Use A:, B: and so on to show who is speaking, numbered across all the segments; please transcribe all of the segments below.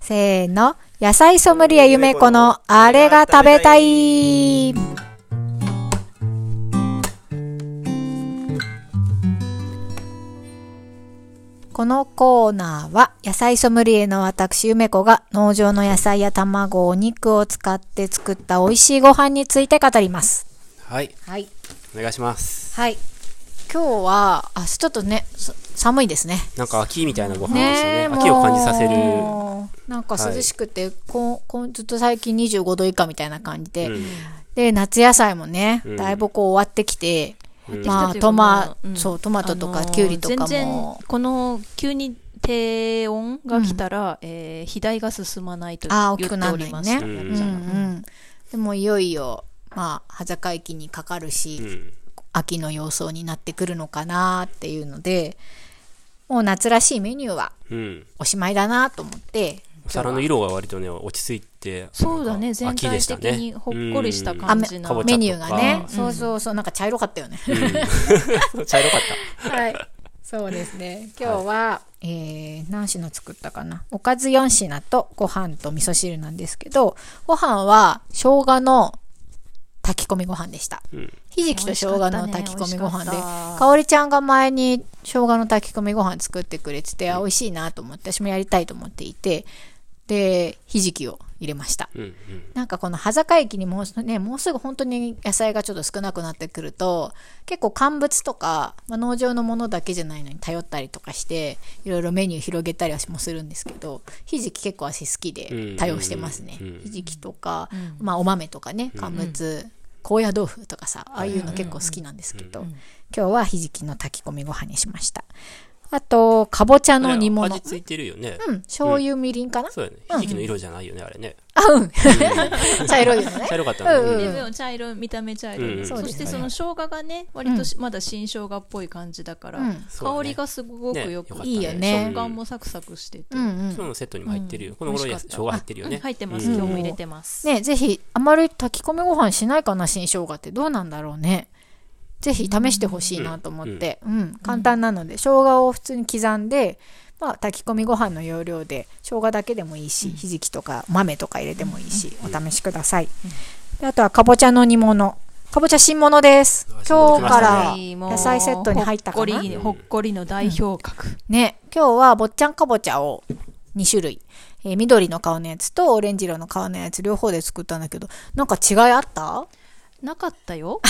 A: せーの、野菜ソムリエゆめこのあれが食べたい。このコーナーは野菜ソムリエの私梅子が農場の野菜や卵、お肉を使って作った美味しいご飯について語ります。
B: はい、
A: はい。
B: お願いします。
A: はい。今日は、あ、ちょっとね、さ寒いですね。
B: なんか秋みたいなご飯でした
A: ね
B: ね。
A: え
B: 秋を感じさせる。
A: もうなんか涼しくて、こうこうずっと最近25度以下みたいな感じで、
B: うん
A: で夏野菜もね、
B: うん
A: だいぶこう終わってきて、
B: うん
A: ま
C: っ
A: あ
C: てきたというか
A: トマ、
C: まあうん
A: そうトマトとか
C: あのー
A: きゅうりとか
C: 全然
A: も、
C: この急に低温が来たら、えー肥大が進まないと
A: あー大き
C: 言
A: く
C: って
A: な
C: お
A: んないね
C: ります
B: うん
A: うんうん、でもいよいよまあ端境期にかかるし、
B: うん
A: 秋の様相になってくるのかなっていうのでもう夏らしいメニューは
B: うん。
A: おしまいだなと思って
B: お皿の色が割とね、落ち着いて。
C: そうだね
B: なんか秋でしたね
C: 全体的にほっこりした
A: あ
C: 感
A: め
C: じ
B: かぼ
C: の
B: ちゃ
A: メ
B: とか
A: ニューがね、そうそうそうなんか茶色かったよね
B: うんうん茶色かっ
A: はい。そうですね。今日は、えー何品作ったかな。おかず4品とご飯と味噌汁なんですけど、ご飯は生姜の炊き込みご飯でした。
B: た。うん。
A: ひじきと生姜の炊き込みご飯で、
C: 美味しかった
A: かおりちゃんが前に生姜の炊き込みご飯作ってくれてて、あ美味しいなと思って、私もやりたいと思っていて、で、ひじきを入れました。
B: うん。うん
A: なんかこの端境期にもうす,、ね、もうすぐ本当に野菜がちょっと少なくなってくると結構乾物とか、まあ、農場のものだけじゃないのに頼ったりとかしていろいろメニュー広げたりはもするんですけどひじき結構私好きで
B: うん
A: 多用してますね、
B: うん
A: ひじきとか、まあ、お豆とかね乾物、高野豆腐とかさああいうの結構好きなんですけど、今日はひじきの炊き込みご飯にしましたあとかぼちゃの煮
B: あれ
A: 物
B: 味ついてるよね。
A: うん醤油みりんかな、
B: そうだよね。ひじきの色じゃないよね、あれね。
A: 茶色いよね
B: 茶色かった
A: うん
B: ね。
A: うん
C: でも茶色見た目茶色、
B: うん
C: そ
A: そうで
C: し
A: すね
C: てその生姜がね割とし、まだ新生姜っぽい感じだから、
A: うん
C: 香りがすごくよく、
B: ね
A: いいよ
C: 生
A: ね
C: 姜もサクサクしてて、
A: うんうん
B: そういうのセットにも入ってるよ。この頃
C: 美
B: 生
C: 味しかった
B: 姜入ってるよね。
C: 入ってます、
B: うん
C: 今日も入れてます、
A: ねぜひあまり炊き込みご飯しないかな新生姜ってどうなんだろうねぜひ試してほしいなと思って、うん簡単なので生姜を普通に刻んで、まあ、炊き込みご飯の要領で生姜だけでもいいし、ひじきとか豆とか入れてもいいし、お試しください、であとはかぼちゃの煮物かぼちゃ新物です
B: あ新
A: 今日から
B: 物来ましたね
C: もう
A: 野菜セットに入ったか
C: ほ
A: な
C: っこりほっこりの代表格、
A: ね、今日は坊っちゃんかぼちゃを2種類、えー緑の顔のやつとオレンジ色の顔のやつ両方で作ったんだけどなんか違いあった、
C: なかったよ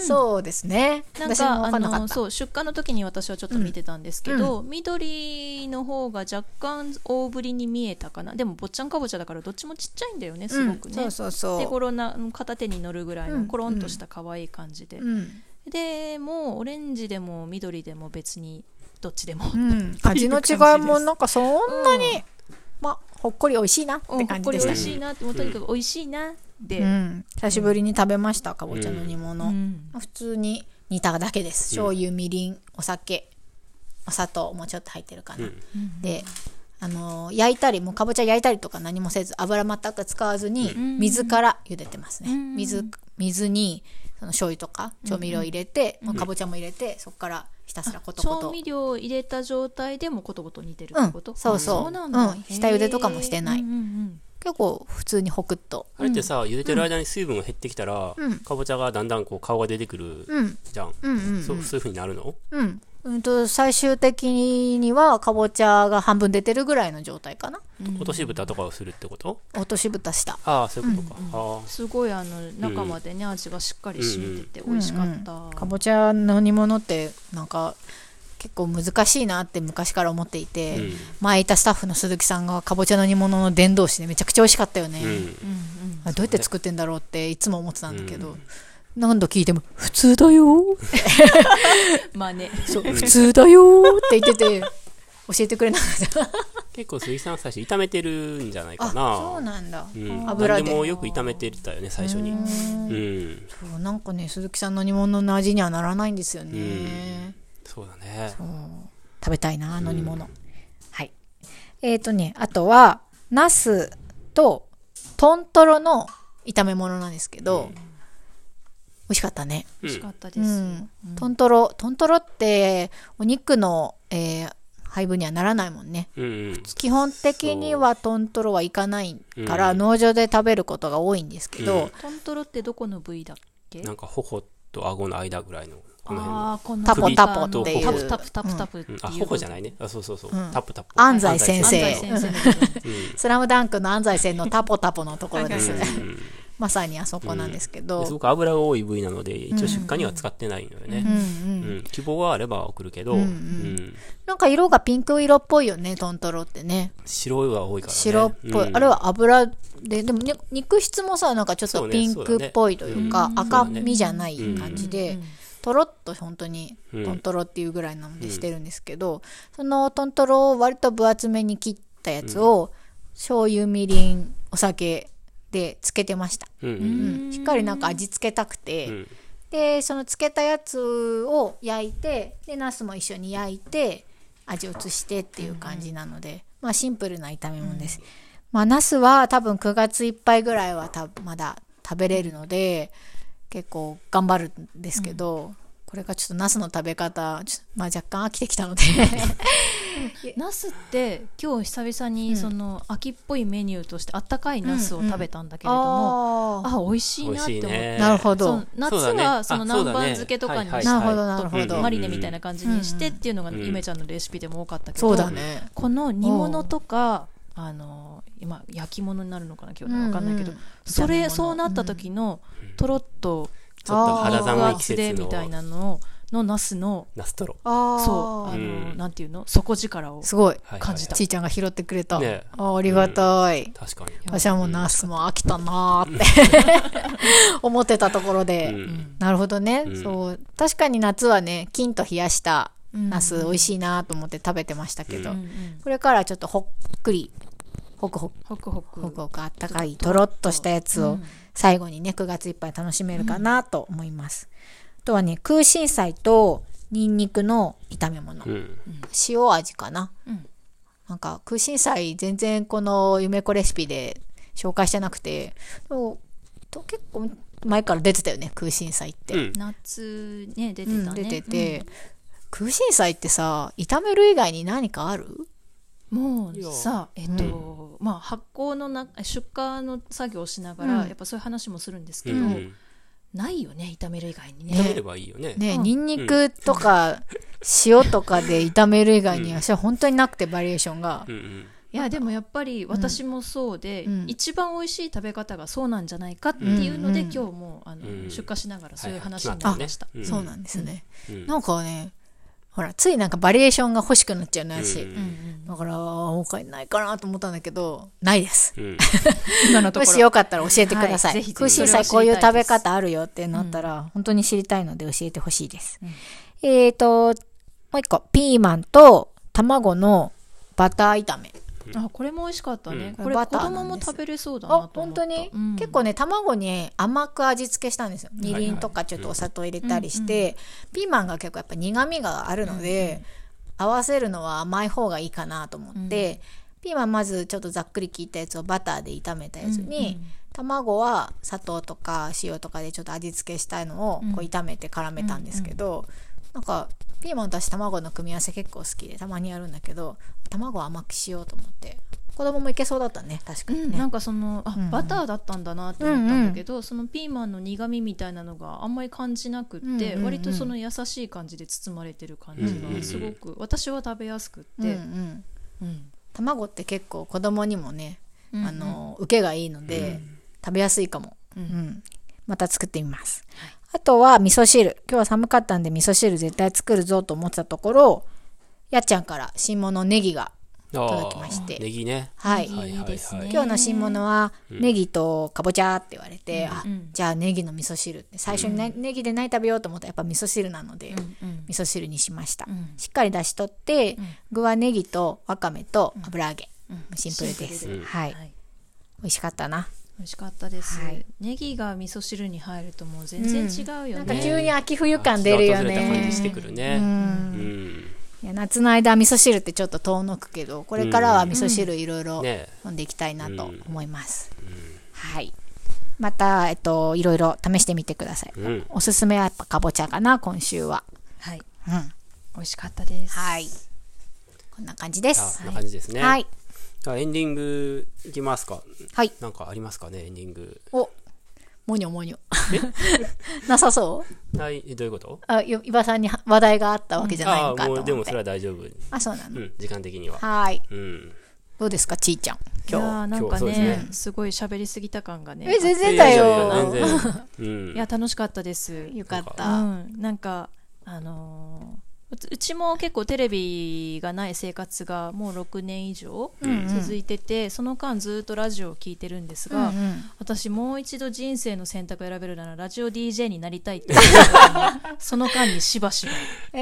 A: そうですね
C: なん
A: 私も
C: か
A: 分かんな
C: あ
A: か
C: の
A: った
C: そう出荷の時に私はちょっと見てたんですけど、緑の方が若干大ぶりに見えたかなでも坊ちゃんかぼちゃだからどっちもちっちゃいんだよねすごくね、
A: うん、そうそう
C: 手
A: そ
C: 頃なうん片手に乗るぐらい
A: うん
C: のコロンとした可愛い感じで、
A: ううん、
C: でもうオレンジでも緑でも別にどっちでも、
A: う
C: うん
A: ん、味の違いもなんかそんなに、まあほっこり美味しいなって
C: ほっ
A: 感じ
C: こり
A: で
C: 美
A: した
C: 味しいなってもうとにかく美味しいなって、
A: うん、久しぶりに食べましたかぼちゃの煮
C: う
A: 物、
C: ん
A: 普通に煮ただけです醤油みりんお酒お砂糖もちょっと入ってるかな、
B: うん
A: であのー焼いたりもうかぼちゃ焼いたりとか何もせず油全く使わずに
C: ん
A: 水から茹でてますね、
C: うん
A: 水水にその醤油とか調味料入れて、まあかぼちゃも入れてそこからひたすらコトコ
C: 調
A: ト
C: 味料を入れた状態でもことごと煮てる
A: う
C: っ
A: ん
C: てこと、
A: そうそう
C: あなんだ
A: うん下茹でとかもしてない
C: へーうんうん
A: 結構普通にホクッと
B: あれってさ、茹でてる間に水分が減ってきたら
A: うん、
B: かぼちゃがだんだんこう顔が出てくる
A: うん
B: じゃん。
A: うんうん
B: そうそういう風になるの
A: うん、うんと最終的にはかぼちゃが半分出てるぐらいの状態かな
B: 落とし蓋とかをするってこと
A: 落とし蓋した
B: ああ、そういうことか。あ
C: うんすごいあの中までね、味がしっかり染みてて美味しかった、
A: うんうんかぼちゃの煮物ってなんか結構難しいなって昔から思っていて、
B: うん
A: 前いたスタッフの鈴木さんがかぼちゃの煮物の伝道師でめちゃくちゃ美味しかったよね、
B: あ。うん。
A: あどうやって作ってんだろうっていつも思ってたんだけど、何度聞いても「普通だよ」
C: まあね
A: そう「普通だよ」って言ってて教えてくれなかった
B: 結構鈴木さんは最初炒めてるんじゃないかな
A: あそうなんだ、
B: うん、
A: 油で
B: 何もよく炒めてたよね最初にうん
A: そうなんかね鈴木さんの煮物の味にはならないんですよね、
B: そうだね
A: うん食べたいなあの煮物、はいえー、とねあとはナスと豚トロの炒め物なんですけど、美味しかったね
C: 美味しかったで
A: う
C: す、
A: ん豚トロ豚トロってお肉の、えー廃部にはならないもんね。
B: うんうん
A: 基本的にはトントロはいかないから、
B: うん
A: 農場で食べることが多いんですけど、
C: トントロってどこの部位だっけ
B: なんか頬と顎の間ぐらいのこの辺の
C: あーこの
A: タ
B: ポ
A: タポ
B: っていう
C: タプタプタプタプって
B: う
C: い
B: ん
C: う、
B: あ頬じゃないねあそうそうそう、
A: うん
B: タップタップ
A: 安西先
C: 安
A: 生
C: 西先生の部分
B: うん
A: スラムダンクの安西線のタポタポのところです
C: う
A: ね
C: ん。
B: うん
A: まさにあそこなんですけど、
B: ですごく油が多い部位なので一応出荷には使ってないのよね、
A: うんう
B: うん
A: ん
B: 希望はあれば送るけど、
A: うんうん
B: うん
A: なんか色がピンク色っぽいよねトントロってね
B: 白いは多いからね
A: 白っぽい、
B: うん
A: あれは油ででも、ね、肉質もさなんかちょっとピンクっぽいというか
C: そうねそうだ
A: 赤
B: ね
A: 身じゃない感じで、
C: うん
A: とろっと本当にト
B: うん
A: ントロっていうぐらいなのでしてるんですけど、そのトントロを割と分厚めに切ったやつを、醤油みりんお酒で漬けてました、
B: うんう
A: うんん、しっかりなんか味付けたくて、
B: うん
A: でその漬けたやつを焼いてでナスも一緒に焼いて味を移してっていう感じなので、まあシンプルな炒め物です、まあナスは多分9月いっぱいぐらいはたまだ食べれるので結構頑張るんですけど、これがちょっとナスの食べ方ちょっとまあ若干飽きてきた ので
C: ナスって今日久々にその秋っぽいメニューとしてあったかいナスを食べたんだけれども、
A: あ
C: あ美味しいなって
B: 美味しい
C: 思って、
B: ね
A: なるほ
C: そ
A: ど
C: う夏
B: そうだね
C: はその
B: あ
C: 南
B: そうだ
C: 蛮
B: ね
C: 漬けとかに
B: はい
C: し
A: なるほど
B: は
A: なるほど、
B: うん
C: マリネみたいな感じにしてっていうのが
B: うん
C: ゆめちゃんのレシピでも多かったけど、
A: そうだね
C: この煮物とかあの今焼き物になるのかな今日
A: うん
C: 分かんないけど、
A: うん
C: そ
A: 炒め
C: れ
A: 物
C: そうなった時の
B: うん
C: とろっと
B: ちょっと肌寒い季
C: 肉厚で
B: 節
C: みたい
B: の
C: なのをのナスの
B: ナストロ、
A: あー
C: そうあの、
B: うん
C: なんていうの底力を
A: すごい
B: はいはいはい
C: 感じた
A: ちいちゃんが拾ってくれた、
B: ね
A: あーありがたい、
B: 確かに
A: 私はもうナスも飽きたなーって思ってたところで、
B: うん
A: なるほどね、
B: うん
A: そう確かに夏はね金と冷やした
C: うん
A: ナス美味しいなと思って食べてましたけど、
C: うんうん
A: これからちょっとほっくりほくほく
C: ホクホク
A: ほくほくあったかいとろっとしたやつを最後にね9月いっぱい楽しめるかなと思います、あとはね空心菜とニンニクの炒め物、
B: うん
A: 塩味かな
C: うん
A: なんか空心菜全然この夢子レシピで紹介してなくてでもと結構前から出てたよね空心菜って、
B: うん
C: 夏ね出て
A: う
C: たね、
A: ん出てて、空心菜ってさ炒める以外に何かある
C: うんもうさえっと、まあ発酵のな出荷の作業をしながら、
A: うん
C: やっぱそういう話もするんですけ
B: う
C: ど、
B: ん
C: ないよね炒める以外にね
B: 食べればいいよね
A: ねえ、
C: うん
A: ニンニクとか塩とかで炒める以外に
B: うん
A: 私は本当になくてバリエーションが、
B: うんうん
C: いやでもやっぱり私もそうで、
A: うん
C: 一番美味しい食べ方がそうなんじゃないかっていうので、
A: うん
C: 今日もあの、
B: うん
C: 出荷しながらそういう話
B: はい
C: に
B: はい
C: なりました、
B: うん
A: そうなんですね、
B: うん
A: なんかねほらついなんかバリエーションが欲しくなっちゃうね私、
B: うん
C: うんうん
A: だから他にないかなと思ったんだけどないです
B: うん
C: 今のと
A: も
C: こ
A: し
C: ろ
A: よかったら教えてください。
C: はいぜひぜひ
A: 空心菜こういう食べ方あるよってなったら、本当に知りたいので教えてほしいです。
C: うん
A: えーと、もう一個、ピーマンと卵のバター炒め。
C: あこれも美味しかったね、
A: うん
C: これ
A: バ
C: 子
A: ター
C: 供
A: なん
C: も
A: です
C: 食べれそうだな
A: あ、
C: と
A: 本
C: 思った
A: 当に、
C: うん
A: 結構ね、卵に甘く味付けしたんですよ。
B: い
A: み
B: はい
A: りんとかちょっとお砂糖入れたりして、ピーマンが結構やっぱ苦味があるので、合わせるのは甘い方がいいかなと思って、ピーマンまずちょっとざっくり切ったやつをバターで炒めたやつに、
C: うんうん
A: 卵は砂糖とか塩とかでちょっと味付けしたのをこう
C: うん
A: 炒めて絡めたんですけど、なんかピーマンと私卵の組み合わせ結構好きでたまにやるんだけど卵は甘くしようと思って子供もいけそうだったね確か
C: う
A: に
C: ん、
A: ね、
C: なんかそのあ、
A: うん
C: バターだったんだなって思ったんだけど、そのピーマンの苦味みたいなのがあんまり感じなくって、
A: うんうんうん
C: 割とその優しい感じで包まれてる感じ
B: うんうんうん
C: がすごく、私は食べやすくっ
A: うんう
C: て、
A: ん
C: うん
A: 卵って結構子供にもね、
C: うん
A: あの受けがいいので、食べやすいかも、うんまた作ってみます、あとは味噌汁今日は寒かったんで味噌汁絶対作るぞと思ってたところやっちゃんから新物ネギが届きまして
B: あーネギね
A: はい
B: はい
C: いいですね
A: 今日の新物はネギとかぼちゃって言われて、あ
C: うん
A: じゃあネギの味噌汁って最初にね、ネギで何食べようと思ったらやっぱ味噌汁なので、
C: うんうん
A: 味噌汁にしました、
C: うん
A: しっかり出しとって、具はネギとわかめと油揚げ、
C: うん
A: シンプルです、
C: シンプルで
A: はい、
C: はい
A: 美味しかったな、
C: 美味しかったです、
A: はい
C: ネギが味噌汁に入るともう全然違うよ
A: なんか
C: ね、
A: 急に秋冬感出るよ
B: あちょっと訪れた感じ
A: ね
B: してくるねうん
A: いや夏の間味噌汁ってちょっと遠のくけどこれからは味噌汁いろいろ
B: ね
A: 飲んでいきたいなと思います、はいまた、えっと、いろいろ試してみてください、
B: うん
A: おすすめはやっぱかぼちゃかな今週は
C: はい
A: うん
C: 美味しかったです
A: はいこんな感じで
B: あ
A: す。
B: そんな感じですね。
A: はい。
B: じゃあエンディングいきますか。
A: はい。
B: なんかありますかね、エンディング。
A: お、もにょもにょ。 なさそう
B: はい、えどういうこと
A: あ、よ伊庭さんに話題があったわけじゃない
B: あ
A: の
B: あ
A: か
B: ー、
A: と思
B: も
A: っ
B: う、
A: て。
B: でもそれは大丈夫。
A: あ、そうなの。
B: うん、時間的には。
A: はーい。
B: うん。
A: どうですか、ちーちゃん。
C: いや
A: 今
C: ーなんか
B: 今日そうです
C: ねすごい喋りすぎた感がね
A: 日。え、全然
B: いやいや
A: だ
B: いや
A: よ。
B: 全然。うん。
C: いや楽しかったです
A: よかっ
C: う
A: た。
C: ん、なんかあのーうつうちも結構テレビがない生活がもう6年以上
A: うんうん
C: 続いてて、その間ずっとラジオを聞いてるんです
A: うんう
C: が、
A: ん
C: 私もう一度人生の選択を選べるならラジオ DJ になりたいって思った のにその間にしばしば、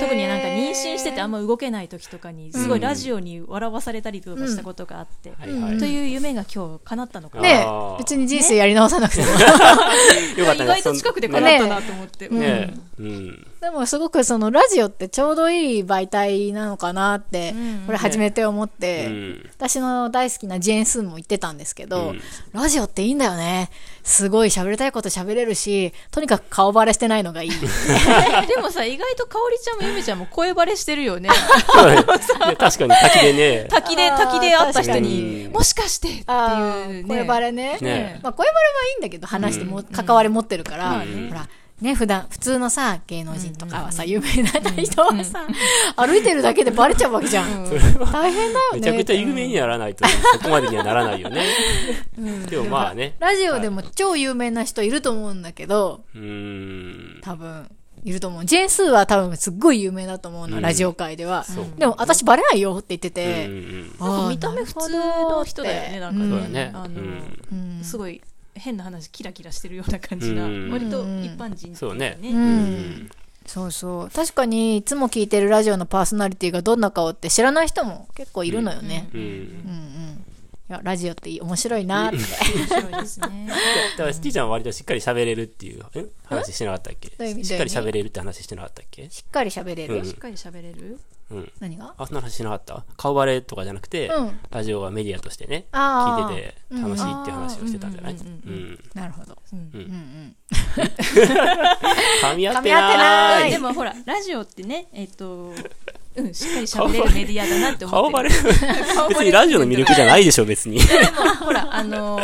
C: 特になんか妊娠しててあんま動けない時とかにすごいラジオに笑わされたりとかしたことがあって、
B: はいはい。
C: という夢が今日叶ったのかな、
B: ね
A: ね
B: あー
A: 別に人生やり直さなくても。
B: よかっ
C: 意
B: たね
C: 外と近くで叶ったなと思って、
B: そんねえうん。
A: でもすごくそのラジオってちょうどいい媒体なのかなって、
C: うん
A: これ初めて思って、
B: うん
A: 私の大好きなジェーン・スーも言ってたんですけど、
B: うん
A: ラジオっていいんだよね。すごい喋りたいこと喋れるし、とにかく顔バレしてないのが いい。
C: え でもさ意外と香織ちゃんもゆめちゃんも声バレして るよね
B: そうねね確かに滝でね。
C: 滝で
A: あー
C: 滝で会った
B: 確
C: 人に
B: かに
C: もしかしてって
A: あ
C: い
A: ー
C: うね
A: 声バレね。
B: ね
A: まあ、声バレはいいんだけど、話しても、関わり持ってるから、
B: うん
A: ほら、ね、普段、普通のさ、芸能人とかはさ、有名な人はさ、歩いてるだけでバレちゃうわけじゃん。
B: それは
A: 大変だよね。
B: めちゃくちゃ有名にならないと、そこまでにはならないよね。でもまあね。
A: ラジオでも超有名な人いると思うんだけど、
B: うーん。
A: 多分、いると思う。ジェーンスーは多分すっごい有名だと思うの、
B: うん
A: ラジオ界では。
B: そう
A: でも、私バレないよって言って
B: うんう
A: て。
B: ん
A: あ
C: なん
A: ー
C: か見た目普通の人だよね
A: な
C: な
A: る
C: ん
A: ほどっ
B: う
C: か
B: ん。
A: て
B: そうだね。
C: あ
B: う
C: の
B: ん。
A: うん
C: すごい変な話キラキラしてるような感じが、
B: うん
C: 割と一般人
B: そうね
A: う
C: ね
A: ん
B: うん
A: そうそう。確かに、いつも聞いてるラジオのパーソナリティがどんな顔って知らない人も結構いるのよね。
B: う
A: うん
B: ん。
A: うん。いや、ラジオって面白い なって。
C: 面白いですね
B: だから、スティちゃんは割としっかり喋れるっていう、ん話してなかったっけ
A: ういう意味
B: しっかり
A: どういう意味
B: 喋れるって話してなかったっけ
A: しっかり喋れる。
B: うん
C: しっかり喋れる
B: うん。
A: 何が
B: あ、そんな話しなかった顔バレとかじゃなくて、
A: うん
B: ラジオがメディアとしてね、
A: あー
B: 聞いてて楽しいっていう話をしてたんじゃない、
C: うん
B: うん
C: うん
A: なるほど。
C: うん
A: うんうん。
B: 噛み合って
A: 噛み合
B: な
A: って
B: ー
A: ないい
C: でもほらラジオってねえっ、とうんしっかり喋れるメディアだなって思
B: 顔
C: っ
B: バ
C: てる
B: レ
C: 顔バレ
B: 別にラジオの魅力じゃないでしょ、別に。
C: ほらあの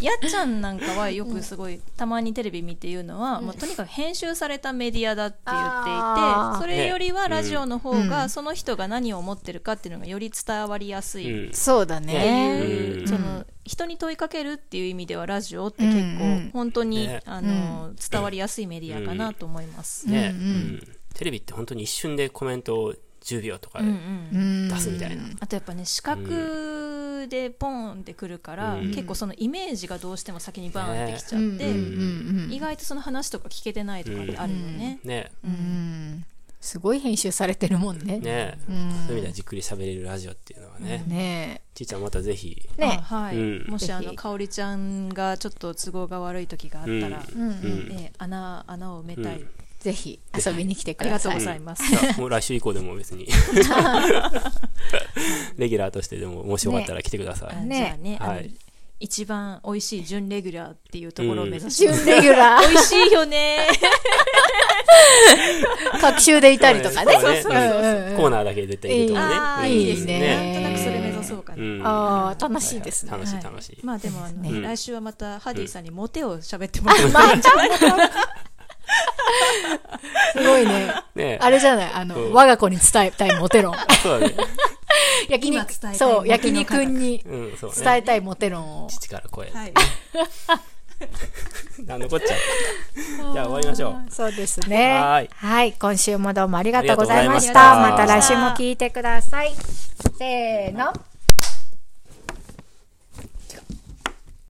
C: やっちゃんなんかはよくすごいたまにテレビ見て言うのは、もうとにかく編集されたメディアだって言
A: あー
C: っていてそれよりは
B: ね
C: ラジオの方
A: う
C: が
A: ん
C: その人が何を思ってるかっていうのがより伝わりやす
B: う
C: いっ
B: ん。
A: そうだ
C: て
A: ね。
C: いう、
B: うん
C: そうの人に問いかけるっていう意味ではラジオって結
A: うんう
C: 構
A: ん
C: 本当に、
B: ね
C: あの伝わりやすいメディアかなと思います。
A: うんう
B: ね、う
A: ん
B: んテレビって本当に一瞬でコメントを10秒とか
C: うんうん
A: うん
B: 出すみたいな。
C: あとやっぱね視覚でポンってくるから、
B: うん
C: 結構そのイメージがどうしても先にバーンってきちゃ
A: う
C: っ
A: んうん
C: て、
A: うんうん
C: 意外とその話とか聞けてないとかってあるよね。
B: ね、
A: うんすごい編集されてるもんね。
B: ね、
A: う
B: そういう意味では
A: ん。
B: じっくり喋れるラジオっていうのはね、
A: ね
B: ちいちゃんまたぜひ、
A: え。ね
C: あはい、
B: うん
C: もしあ
A: ぜ
C: の
A: ひ
C: かおりちゃんがちょっと都合が悪い時があったら、
A: え。うんうん。
B: うん
C: えー穴穴を埋めたい、
B: うん
A: ぜひ遊びに来て
C: あ
A: く
C: り
A: だ
C: がとう
A: さ
C: ご
A: い。
C: ざいます、
B: じゃあもう来週以降でも別に、レギュラーとしてでも、もしよかったら来てください。
C: あ
A: ね
C: じゃあね、
B: は
C: あの
B: い
C: 一番美味しい準レギュラーっていうところを目指して、
A: 準レギュラー、
C: 美味しいよね
A: 各週でいたりとかね。
B: そうね
A: んん
B: コーナーだけ絶対いると
C: あ
B: か
C: あ
B: ね。
C: いいですね
A: ね
C: なんとなくそれ目指そうかな、
B: うん
A: ああ、楽しいですね。
B: 楽しい
C: はい
B: 楽しい。
C: まあでもあの、
B: うん
C: 来週はまたハディさんにモテを喋ってもらう、
A: すごいね。
B: ね
A: あれじゃない、あ
B: う
A: の、
B: ん
A: 我が子に伝えたいモテ 論。
B: そうだね。
A: 焼
C: 今伝え
A: 肉、
C: たい
A: そう、
C: モテ
A: 焼
C: の価
A: 肉
C: 格
A: に
B: うん、そう
A: 伝
B: ね。
A: えたいモテ論を。
B: 父から声。
C: はい
B: あ残っちゃう。じゃあ終わりましょう。
A: そうですね。
B: はーい
A: はい。今週もどうもありがとうございました。
B: あ
A: ま
B: りがとうござ
A: た
B: いま
A: 来週も
B: した
A: 聞いてください。せーの。